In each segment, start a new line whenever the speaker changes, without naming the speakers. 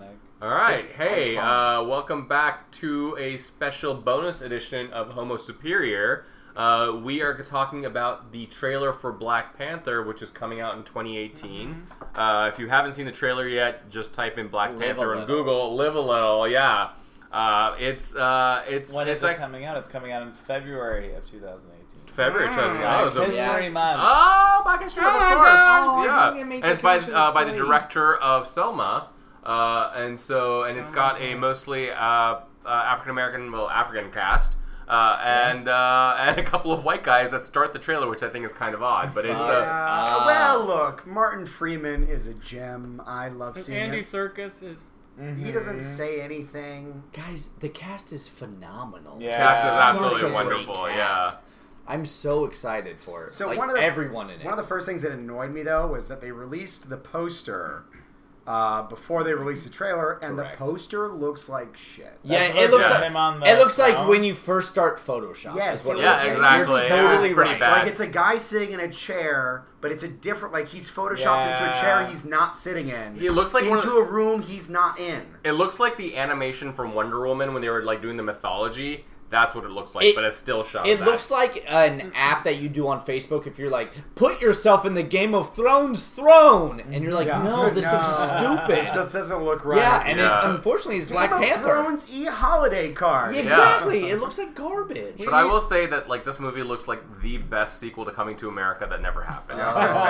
ironic.
All right,
It's
hey,
iconic.
uh, welcome back to a special bonus edition of Homo Superior. Uh, we are talking about the trailer for Black Panther, which is coming out in 2018. Uh, if you haven't seen the trailer yet, just type in Black
Mm-hmm. Live a
Panther on
little.
Google. Live a little, yeah. Uh, it's uh, it's
When
it's
is
like
it coming out? It's coming out in February of 2018.
February.
Mm.
Mm.
Black
Oh, it was a-
History
Yeah.
Month.
Oh, Black History Month, of
Oh,
course. yeah,
no. I didn't even make
and it's
the
by
connection.
uh, by the
Sorry.
director of Selma, uh, and so and it's got a mostly uh, uh, African American, well, African cast. Uh, and uh, and a couple of white guys that start the trailer, which I think is kind of odd, but it's uh,
Ah.
well, look, Martin Freeman is a gem. I love
And
seeing
Andy
him.
Circus is
He doesn't say anything.
Guys, the cast is phenomenal.
Yeah.
cast is
Such
absolutely
a great
wonderful. Yeah,
cast. I'm so excited for it.
So
like
one of the
everyone in it.
One of the first things that annoyed me though was that they released the poster uh, before they released the trailer, and
Correct.
the poster looks like shit.
yeah,
That
it looks
version
like
of
him on the
it looks like
phone?
when you first start Photoshop.
Yes,
is what
it was-
it looks
yeah,
like.
exactly.
You're
It was
totally
pretty
right.
bad.
Like it's a guy sitting in a chair, but it's a different. Like he's photoshopped into a
Yeah.
chair he's not sitting in.
He looks like
into
one of the-
a room he's not in.
it looks like the animation from Wonder Woman when they were like doing the mythology. That's what it looks like,
It-
but it's still shot.
It
back.
looks like an app that you do on Facebook if you're like, put yourself in the Game of Thrones throne, and you're like,
Yeah.
no, this looks stupid.
This just doesn't look right.
Yeah, and
Yeah.
It, unfortunately, it's
Game
Black
of
Panther.
Thrones e holiday card.
Yeah, exactly, it looks like garbage.
But I will say that like this movie looks like the best sequel to Coming to America that never happened.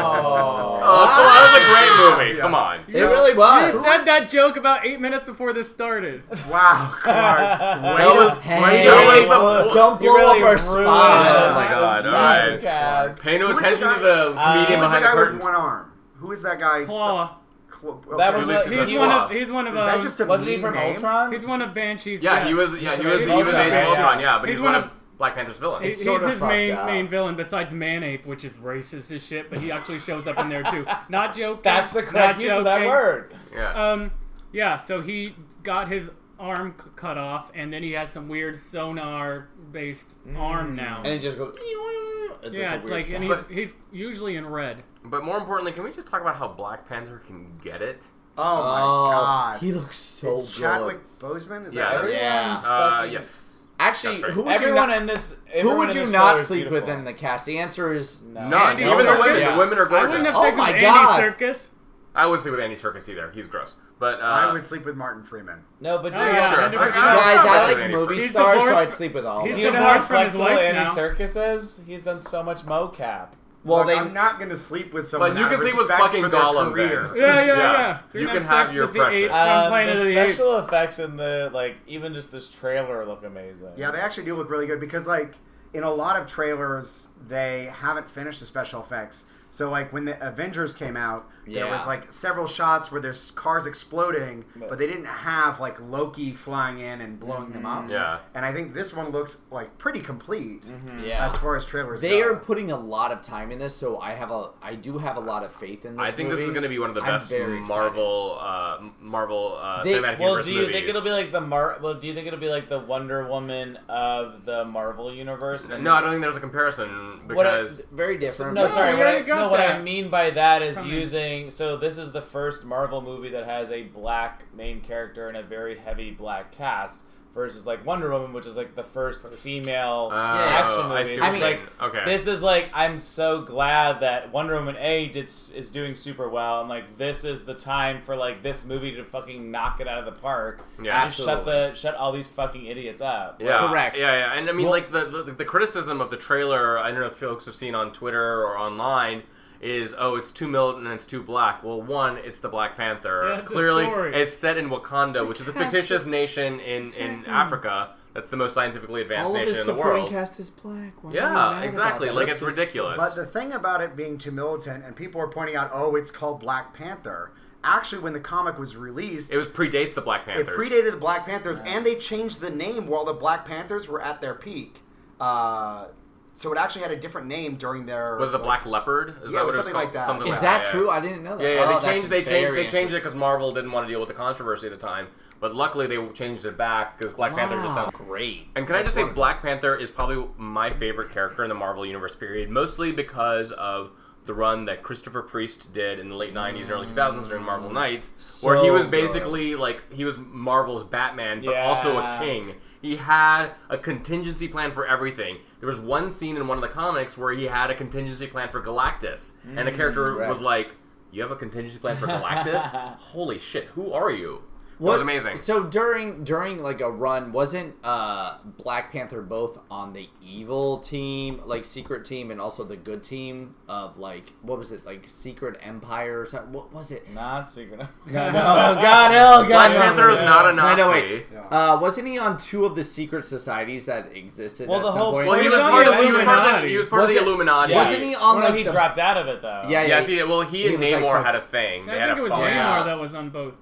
Oh,
Oh, come on, that was a great movie. Come on.
it really was.
Ah! said that joke about eight minutes before this started.
Wow, Clark. Way
That
to-
was-
way
Hey,
to-
wait, but-
don't
You
blow
really
up our
ruined
spot.
Oh my God,
this
alright.
music cast.
Pay no
Who was the
attention
guy-
to the comedian
Who is the
behind the
guy
curtain.
with one arm? Who is that guy?
Claw.
Cl-
That
okay.
was
Releases
what-
us
He's
That's
one
Claw.
of he's one of
Is that
um,
just a
Wasn't he
mean
from
name?
Ultron?
he's one of Banshee's.
yeah, he
yes.
was. Yeah,
He's
he
a
was. He
big
was
guy.
Agent Ultron.
Yeah.
Yeah, but he's,
He's
one
one
of
of-
Black Panther's villains.
He-
It's
He's
sorta
his
fucked
main
up.
main villain besides Manape, which is racist as shit, but he actually shows up in there too. Not joking.
That's the
not
correct use of that
joking.
word.
yeah.
Um, yeah. So he got his arm c- cut off, and then he has some weird sonar-based arm now.
And it just goes. It does
yeah,
a
it's
weird
like, and
sound.
he's, he's usually in red.
but more importantly, can we just talk about how Black Panther can get it?
Oh my
oh,
god.
he looks so
it's
good.
Chadwick Boseman? Is
Yeah,
that
that's-
everyone?
Everyone's
Uh,
fucking-
yes.
Actually,
That's right.
who would
Everyone
you not,
in this.
who
everyone
would
in
you
this
not
trailer is
sleep
beautiful.
within the cast? The answer is no.
No.
None.
Andy
Even the
Serkis.
women. The
Yeah.
women are
I wouldn't
gorgeous.
have
Oh
sex
my
with
God.
Andy Circus.
I wouldn't sleep with Andy Circus either. He's gross. But uh,
I would sleep with Martin Freeman.
No, but
Oh,
do you-
yeah,
sure.
100%.
I- I-
Guys,
I'd sleep
I like
with Andy
movie
Free's.
stars, so
divorced
I'd
from-
sleep with all
he's
of
Do
them.
you know how
divorced from his
flexible
wife
Andy
now.
Circus is? He's done so much mocap.
Well,
Look,
they
I'm not gonna sleep with someone.
But you
out
can
of
sleep with
respect
fucking
for their
Gollum.
career.
then.
Yeah, yeah, yeah. You're
You
gonna
can
have
have your
with the ape.
precious.
From
Um,
Planet
the
of the Apes.
special effects and the like, even just this trailer look amazing.
Yeah, they actually do look really good because like in a lot of trailers they haven't finished the special effects. So like when the Avengers came out, there
Yeah.
was like several shots where there's cars exploding, but they didn't have like Loki flying in and blowing them up.
Yeah. Mm-hmm.
And I think this one looks like pretty complete
Yeah.
as far as trailers
Hmm. they
go.
are putting a lot of time in this, so I have a I do have a lot of faith in this.
I think this is
movie.
going to be one of the
I'm
best
very excited.
Marvel uh, Marvel uh,
They-
cinematic
Well,
universe
do you
movies.
think it'll be like the Mar? Well, do you think it'll be like the Wonder Woman of the Marvel universe? And-
no, I don't think there's a comparison
What I-
because
uh, very different.
No,
No,
sorry.
we
What I,
already got
no, what I
that
mean by that is
from him.
using. So this is the first Marvel movie that has a black main character and a very heavy black cast, versus like Wonder Woman, which is like the first female
Oh,
action
I
movie.
see
It's
what
you
like
mean. Okay.
this is like I'm so glad that Wonder Woman A did, is doing super well, and like this is the time for like this movie to fucking knock it out of the park.
Yeah.
and just shut the shut all these fucking idiots up.
Yeah,
Correct.
Yeah, yeah, and I mean,
Well-
like the, the the criticism of the trailer, I don't know if folks have seen on Twitter or online, is oh, it's too militant and it's too black. Well, one, it's the Black Panther.
Yeah, it's a
Clearly,
story.
it's set in Wakanda, which is a fictitious nation in in Africa. That's the most scientifically advanced
all of
nation
his
in the
supporting
world.
cast is black. Why are we
Yeah,
mad about
exactly.
that?
Like, it's
That's so
ridiculous.
But the thing about it being too militant, and people are pointing out, oh, it's called Black Panther. Actually, when the comic was released,
It was predates the Black Panthers.
It predated the Black Panthers, and they changed the name while the Black Panthers were at their peak. Uh, so it actually had a different name during their.
was the Black Leopard? Is
Yeah,
that what it was
something
called?
like that.
Something
Is
like
that
yeah.
true? I didn't know that.
Yeah, yeah,
Oh,
they changed.
that's
They changed.
very
They changed it
interesting.
because Marvel didn't want to deal with the controversy at the time. But luckily, they changed it back because Black Panther just
Wow.
sounds great. And can I just say, Black Panther is probably my favorite character in the Marvel universe. Period. Mostly because of the run that Christopher Priest did in the late 90s, early 2000s during Marvel Knights, where he
Mm. So
was
good.
basically like, he was Marvel's Batman, but
Yeah.
also a king. He had a contingency plan for everything. There was one scene in one of the comics where he had a contingency plan for Galactus, and the character
Mm, right.
was like, "You have a contingency plan for Galactus? Holy shit! Who are you?" That was amazing.
So during during like a run, wasn't uh Black Panther both on the evil team, like secret team, and also the good team of like what was it, like Secret Empire or something? What was it?
Not secret.
No, no, God, hell, God,
Black
no.
Panther is not a
No,
Nazi.
no, wait.
Yeah.
Uh, wasn't he on two of the secret societies that existed
Well,
at
the
some
whole
point?
Well, he
He
was
was on
part
the
of he was part of the,
Illuminati.
he was part of
Was
the
it-
Illuminati.
Wasn't he on,
Well, no,
like,
he
the-
dropped out of it though.
Yeah, yeah.
Yes, he, well, he,
He
and
was, like,
Namor
fuck-
had a thing. They
I
had
think
a
it was
falling
Namor
out.
that was on both.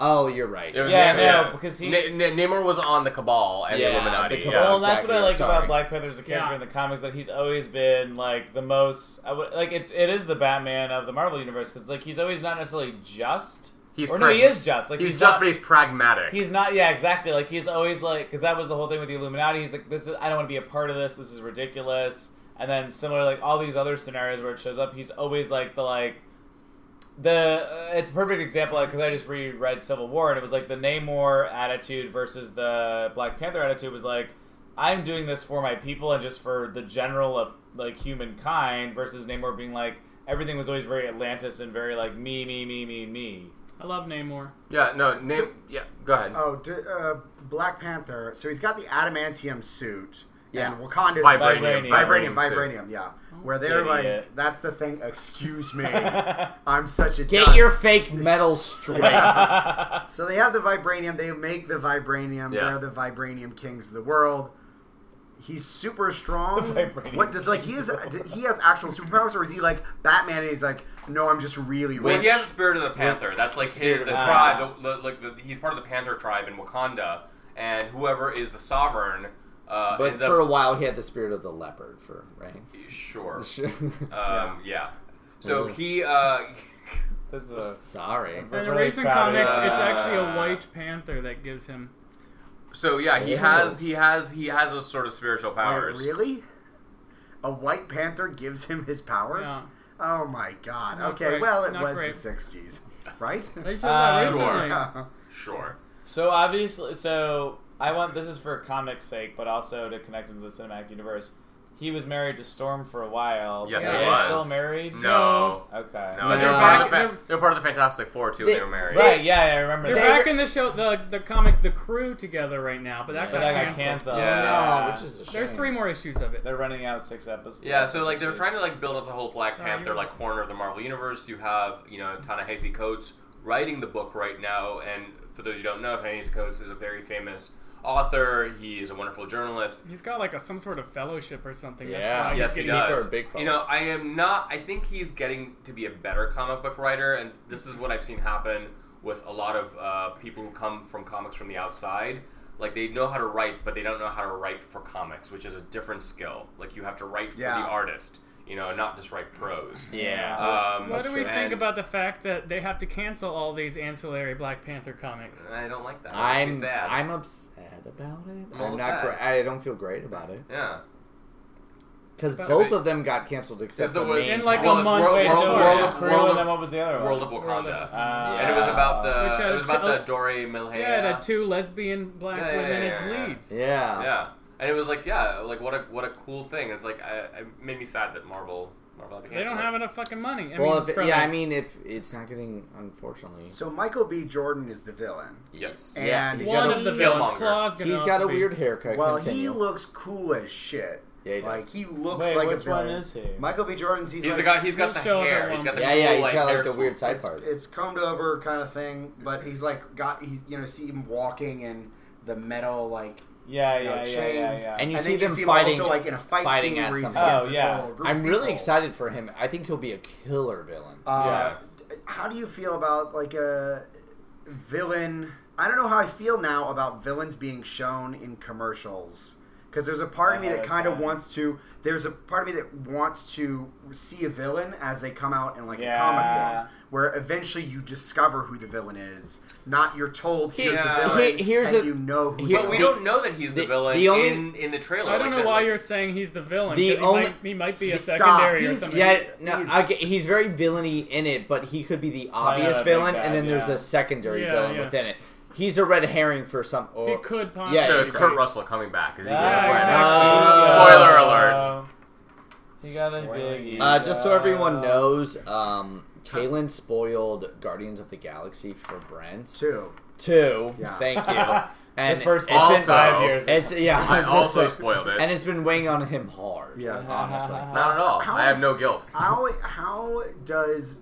oh, you're right.
It was
Yeah,
Namor,
no, because he-
Na- Na- Namor was on the Cabal and
Yeah,
the Illuminati.
the
yeah.
Cabal.
Well, and that's
exactly.
what I like
Sorry.
about Black Panther as a character
Yeah.
in the comics that he's always been like the most I would, like it's it is the Batman of the Marvel universe because like he's always not necessarily just.
He's
or no, he
prag-
is just like
he's,
he's,
just,
not-
but he's pragmatic.
He's not, yeah, exactly. Like he's always like, because that was the whole thing with the Illuminati. He's like, this is, I don't want to be a part of this. This is ridiculous. And then similar, like all these other scenarios where it shows up, he's always like the like, the uh, it's a perfect example because I just reread Civil War and it was like the Namor attitude versus the Black Panther attitude was like, I'm doing this for my people and just for the general of like humankind versus Namor being like everything was always very Atlantis and very like me, me, me, me, me.
I love Namor.
yeah, no, Nam-
So-
yeah, go ahead.
Oh, d- uh, Black Panther. So he's got the adamantium suit.
Yeah.
And Wakanda's
vibranium,
Vibranium.
vibranium,
vibranium,
suit.
vibranium, yeah. Where they're
Idiot.
like, that's the thing. Excuse me, I'm such a.
Get
dunce."
your fake metal straight.
So they have the vibranium. They make the vibranium.
Yeah.
They're the vibranium kings of the world. He's super strong.
The vibranium
What does like he is? did- He has actual superpowers, or is he like Batman? And he's like, no, I'm just really
Well,
rich.
he has the spirit of the panther. That's like his the
of the
tribe. The, the, like the, he's part of the panther tribe in Wakanda, and whoever is the sovereign. Uh,
But
ends up-
for a while, he had the spirit of the leopard for right.
sure, um, yeah. So
Mhm.
he, uh,
This is a
Sorry.
In the
really
recent
proud of
comics,
that.
it's actually
Uh,
a white panther that gives him.
so yeah, he
Oh.
has he has he has those sort of spiritual
Wait,
powers.
really? A White Panther gives him his powers?
Yeah.
Oh my god.
Not
okay,
great.
well, it
Not
was
great.
the 60s, right?
They showed
Uh,
that recently.
Sure.
So obviously, so I want this is for comics' sake, but also to connect into the cinematic universe. He was married to Storm for a while.
Yes,
Are
he
they
was.
Still married?
No.
Okay.
No,
No.
They're, part of the
They're-
fa- they're part of the Fantastic Four too. They,
They-
were married.
Right? Yeah, I remember
They're
that.
back in the show, the the comic, The Crew together right now, but that
but
got
that got
canceled.
canceled.
Yeah.
Oh, No, which is a shame.
There's three more issues of it.
They're running out six episodes.
Yeah, so like they're trying to like build up the whole Black
Sorry,
Panther
you were
like corner of the Marvel universe. You have you know Ta-Nehisi Coates writing the book right now, and for those who don't know, Ta-Nehisi Coates is a very famous author. He is a wonderful journalist.
He's got like a, some sort of fellowship or something.
Yeah.
That's why he's
yes, he
getting
does.
big
you know, I am not. I think he's getting to be a better comic book writer, and this is what I've seen happen with a lot of uh, people who come from comics from the outside. Like they know how to write, but they don't know how to write for comics, which is a different skill. Like you have to write for
Yeah.
the artist, you know, not just write prose.
Yeah.
Um,
What do we think
and
about the fact that they have to cancel all these ancillary Black Panther comics?
I don't like that. It makes me
I'm
sad.
I'm upset about it.
I'm a
I'm,
little
not.
sad.
Gr- I don't feel great about it
yeah.
because
But-
both of them got canceled except
Is the
the
word-
main.
In like
Well,
one.
a
it's
month.
World-
Wait,
before.
so
World-
World,
World-
Crew,
World-
and then what was the other
World of
one?
World of-
Wakanda.
Uh,
and it was about
Which
the
had
it was about
two-
the Dore Milhea.
yeah, it had two lesbian black
Yeah, yeah,
women
yeah, yeah, yeah.
as leads.
yeah.
Yeah, and it was like, yeah, like what a what a cool thing. It's like I, it made me sad that Marvel Marvel had to
They
cancel
don't
it.
have enough fucking money. I
well,
mean,
if it,
from
yeah,
the-
I mean, if it's not getting, unfortunately,
so Michael B. Jordan is the villain.
Yes.
And
Yeah, he's
he's
one
got
of the
a,
villains.
Killmonger.
Claw's gonna
he's got
also
a
be-
weird haircut.
Well, he
Continue.
looks cool as shit.
Yeah, he does.
like he looks
Wait,
like a
which one
villain.
is he?
Michael B. Jordan's he's,
He's the
like-
guy. He's got
We'll
the
show
hair.
everyone.
He's got the
yeah,
cool,
yeah, he's
like,
got
hair
like the
swoop.
weird side
it's,
part.
it's combed over kind of thing, but he's like got he's you know see him walking in the metal like
Yeah,
you know,
yeah, yeah, yeah,
chains.
yeah.
And you
And
see
then
them
see
fighting-
him also like in a fight
fighting
scene
at
where he's
something.
against
Oh,
this
yeah.
whole group
I'm
of
really
people.
excited for him. I think he'll be a killer villain.
Uh,
Yeah.
d- How do you feel about like a villain? I don't know how I feel now about villains being shown in commercials. because there's a part of me
Oh,
that
that's
kind of
fine.
wants to. There's a part of me that wants to see a villain as they come out in like a
Yeah.
comic book, where eventually you discover who the villain is, not you're told here's
Yeah.
the villain,
He- here's
and
a-
you know who.
here-
the
But we
The-
don't know that he's the,
the-
villain
the only-
in, in the trailer.
I don't
like
know
that.
why you're saying he's the villain.
The
'cause he,
only-
might, he might be a
Stop.
secondary or
He's-
something.
Yeah, no,
He's-
I get- he's very villainy in it, but he could be the obvious
that'd be
villain,
bad,
and then there's
yeah.
a secondary
Yeah,
villain
yeah.
within it. He's a red herring for some. oh, Or,
He could possibly.
Yeah,
So it's
be.
Kurt Russell coming back. Is he
Yeah,
gonna play
exactly.
that?
Uh,
Spoiler alert.
He got a
Spoiler.
big.
Uh, just so everyone knows, um, Kaylin spoiled Guardians of the Galaxy for Brent.
Two.
Two.
Yeah.
Thank you. And
the first
it's
it's
been-
been five years.
It's yeah.
Oh. I also
this-
spoiled it.
and it's been weighing on him hard.
Yes.
honestly.
Not at all.
How
I have
is-
no guilt.
How how does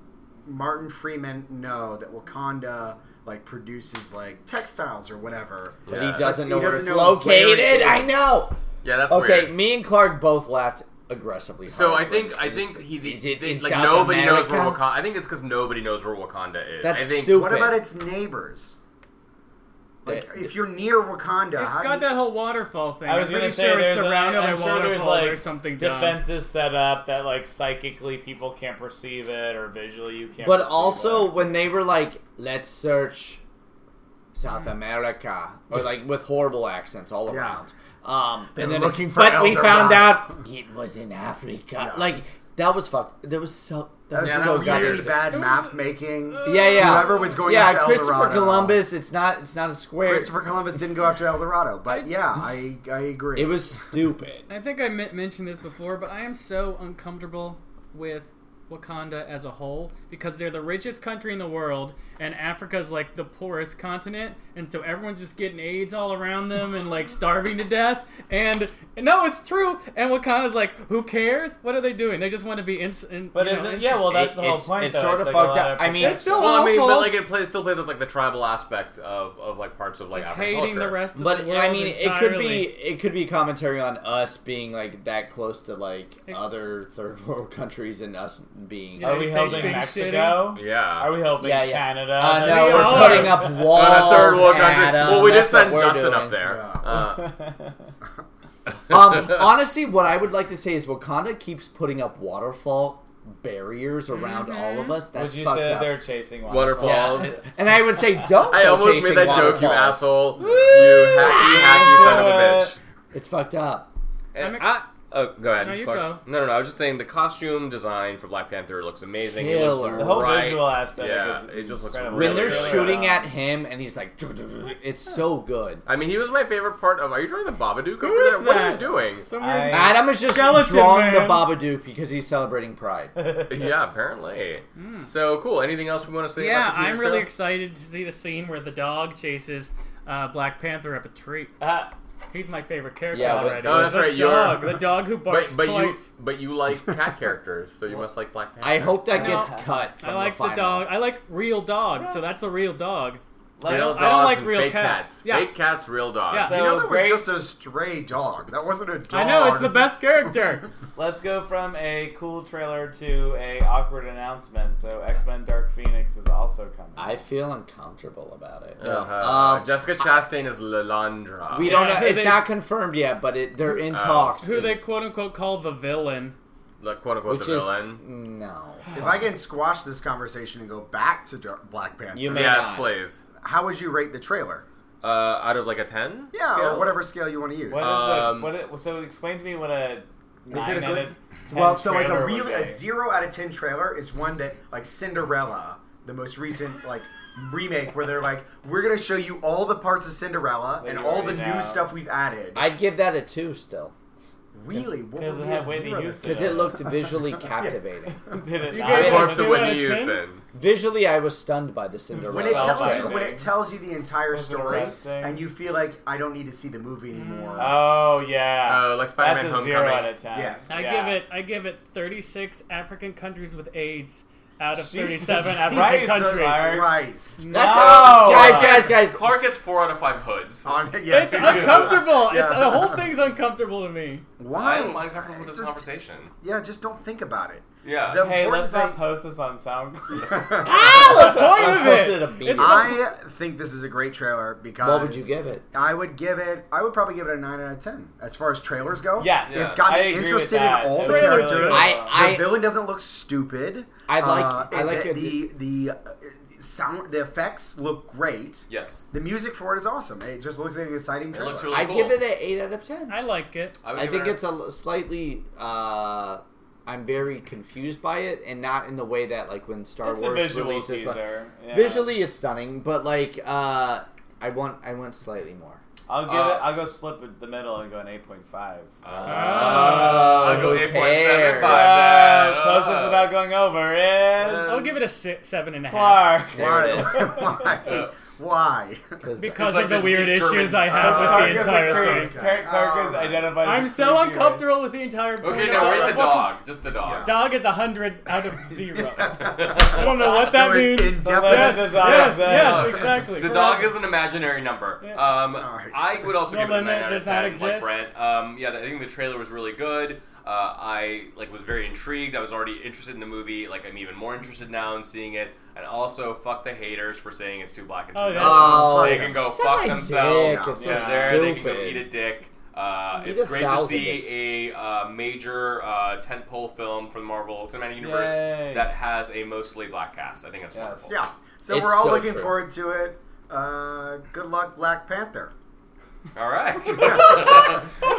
Martin Freeman know that Wakanda like produces like textiles or whatever?
But
Yeah.
he doesn't
He
know where
doesn't
it's
know where
located.
it is.
I know.
Yeah, that's
okay,
weird.
me and Clark both laughed aggressively.
So I
hard when
think I think he
Is it
they-
in
like
South
nobody knows where
America?
Wakanda. I think it's because nobody knows where Wakanda is.
That's
I think
stupid.
What about its neighbors? Like
That-
if you're near Wakanda,
It's
how
got
do you-
that whole waterfall thing.
I was
am
gonna
pretty
say
sure
there's
it's
a,
surrounded by
I'm sure
waterfalls
there's like
or something. dumb.
defenses set up that like psychically people can't perceive it or visually you can't.
But
perceive
also
it.
when they were like, "Let's search South America," or like with horrible accents all
Yeah.
around. Um,
They
and
were
then
looking for
but we
El
found
Dorado.
out it was in Africa.
Yeah.
Like that was fucked. That was so.
That
That
was
was
Yeah,
so
some
that
goddamn
really
sick.
bad
It was- uh,
map making.
Yeah, yeah.
Whoever was going
yeah,
after El
Christopher
Dorado.
Columbus. It's not. It's not a square.
Christopher Columbus didn't go after El Dorado, but yeah, I I agree.
It was stupid.
I think I men- mentioned this before, but I am so uncomfortable with Wakanda as a whole because they're the richest country in the world, and Africa's like the poorest continent, and so everyone's just getting AIDS all around them and like starving to death. And no, it's true. And Wakanda's like, who cares? What are they doing? They just want to be ins. in-
But
you know,
isn't
ins-
yeah? Well, that's
It-
the whole
it's-
point.
it's
though.
sorta
like, a
fucked
lot
up.
of
I mean-
protection.
It's still-
Well, I mean, but
awful.
like it plays, still plays with like the tribal aspect of, of like parts of like African
hating
culture.
the rest of
But
the world
I mean, it could be
entirely.
it could be commentary on us being like that close to like other third world countries and us being.
Yeah.
are we
United States
helping
being
Mexico?
Yeah.
Are we helping
Yeah, yeah.
Canada? That
Uh, no,
we
we're
are.
putting up walls.
on a third world country.
Adam.
well, we did
That's what
send
we're
Justin
doing.
up there.
Yeah.
Uh,
Um, honestly, what I would like to say is Wakanda keeps putting up waterfall barriers around all of us. That's
Would you
fucked
say that
up.
they're chasing waterfall?
waterfalls.
Yeah. And I would say, don't.
I
go
almost
chasing
made that joke, you
waterfalls.
asshole. You hacky, hacky son of
Yeah.
a bitch.
It's fucked up.
And
I'm-
I, oh, go ahead.
No, you
Clark.
go.
No, no, no. I was just saying the costume design for Black Panther looks amazing. It
Killer.
looks
The whole
right.
visual aesthetic
Yeah,
is
it just looks
incredible.
When
really
they're
good.
shooting at him and he's like, it's so good.
I mean, he was my favorite part of. Are you drawing the Babadook over
is
there? What are you
that?
doing?
Some
I-
weird-
Adam is just
Skeleton
drawing the
Man.
Babadook because he's celebrating Pride.
yeah, apparently. So cool. Anything else we want to say?
yeah,
about the teaser
I'm really
trailer?
excited to see the scene where the dog chases uh, Black Panther up a tree.
Ah,
He's my favorite character
Yeah, but-
already.
Oh, that's
the
right, you're-
Dog, the dog who
But,
barks
but you
twice.
but you like cat characters, so you must like Black Panther.
I hope that
No.
gets cut. From
I like the,
final.
dog. I like real dogs, so that's a real dog.
let's-
real
I don't
dogs
like
and
real
fake
cats. Yeah.
Fake cats, real dogs.
Yeah.
you know
So
that
great.
was just a stray dog. That wasn't a dog.
I know it's the best character.
Let's go from a cool trailer to a awkward announcement. So X Men Dark Phoenix is also coming.
I feel uncomfortable about it.
Uh-huh.
Um,
Jessica Chastain is Lalandra.
we don't
Yeah,
know.
who
It's
they-
not confirmed yet, but it, they're in
Oh.
talks.
who
is-
they quote unquote call the villain.
the quote unquote
which
the
is
villain.
no.
If I can squash this conversation and go back to Dar- Black Panther,
You may
Yes,
not.
please.
how would you rate the trailer?
Uh, out of like a ten?
Yeah,
scale?
or whatever scale you want to use.
What is
Um,
the what? It, so explain to me what a
Is it a
nine out of
good?
10
Well, so like a
trailer would
really
be.
a zero out of ten trailer is one that like Cinderella, the most recent like remake, where they're like, we're gonna show you all the parts of Cinderella
That
and
you
all the
already
new
know.
stuff we've added.
I'd give that a two still
really, what
Because
would
it
be a
had Whitney
zero?
Houston.
because it looked visually captivating.
Did it
You
not?
gave
The
it
corpse of
two out
Whitney
of ten?
Houston.
Visually, I was stunned by the
When it
Cinderella.
Well,
tells you
fine.
when it tells you the entire
Wasn't
story
arresting.
and you feel like I don't need to see the movie anymore.
Oh yeah.
Oh, like
That's
Spider-Man
a zero out
Homecoming.
of ten.
Yes.
I
Yeah.
give it. I give it 36 African countries with AIDS out of
Jesus
37 African
Christ.
countries.
Sorry.
Christ.
That's
No!
guys, guys, guys.
Clark gets four out of five hoods.
On, yes.
It's uncomfortable.
Yeah.
It's the whole thing's uncomfortable to me.
I
Why?
am uncomfortable with this
Just-
conversation.
Yeah, just don't think about it.
Yeah.
The
Hey,
important
let's not
thing-
post this on SoundCloud.
I
What's the
I was supposed to
point of
hit a
it?
beat.
It's not-
think this is a great trailer because.
What would you give it?
I would give it. I would probably give it a nine out of ten as far as trailers go.
Yes.
it's
Yeah.
got
I
me
agree with
interested in
that.
all
It
the
was really
characters.
good.
I-
the villain doesn't look stupid.
I like-
Uh,
I like
the,
it.
the the uh, sound. The effects look great.
Yes.
The music for it is awesome. It just looks like an exciting
It
trailer.
looks really
I'd
cool.
give it an eight out of ten.
I like it.
I, would
I
give
think
it
it's a l- slightly. Uh, I'm very confused by it, and not in the way that like when Star
It's a
Wars
visual
releases. like-
teaser. Yeah.
Visually, it's stunning, but like uh, I want, I want slightly more.
I'll give
Uh,
it. I'll go split with the middle and go an eight point five.
Uh,
I'll
Uh,
Uh,
I'll go
who
8.75
cares?
then. Uh,
closest without going over is
I'll give it a six, seven and a half.
Um, Clark.
There it is.
Why? Why?
Because
Because
It's
of
like
the
the
weird
East German-
issues I have
Uh,
with the
Clark is
entire
a
thing.
creep. Clark- Clark is
Alright.
identified. as
I'm
a
so
creepy, right?
uncomfortable with the entire.
Okay,
point
now
of
rate
the
the
fucking-
dog. Just the dog.
Dog is a hundred out of zero. I
the
don't know what that
so
means.
it's
Yes,
indefinite.
yes, yes,
yes, yes, exactly.
dog is an imaginary number.
Yeah.
Um,
Alright.
I would also
No
give it a
limit,
nine out of
does not
ten, like
exist.
Brett. Um, yeah, I think the trailer was really good. Uh, I like was very intrigued. I was already interested in the movie. Like I'm even more interested now in seeing it. And also, fuck the haters for saying it's too black and too
Oh,
dark.
yeah.
Oh,
they can go
suck
fuck
my
themselves.
dick, it's
so
They're there, they can go
stupid.
eat a dick. Uh,
Eat
it's
a
great to
thousand
see
dicks.
a uh, major uh, tentpole film from the Marvel Cinematic Universe
Yay.
that has a mostly black cast. I think that's
Yes.
wonderful.
Yeah. So
It's
we're all
so
looking
true.
forward to it. Uh, good luck, Black Panther.
All right.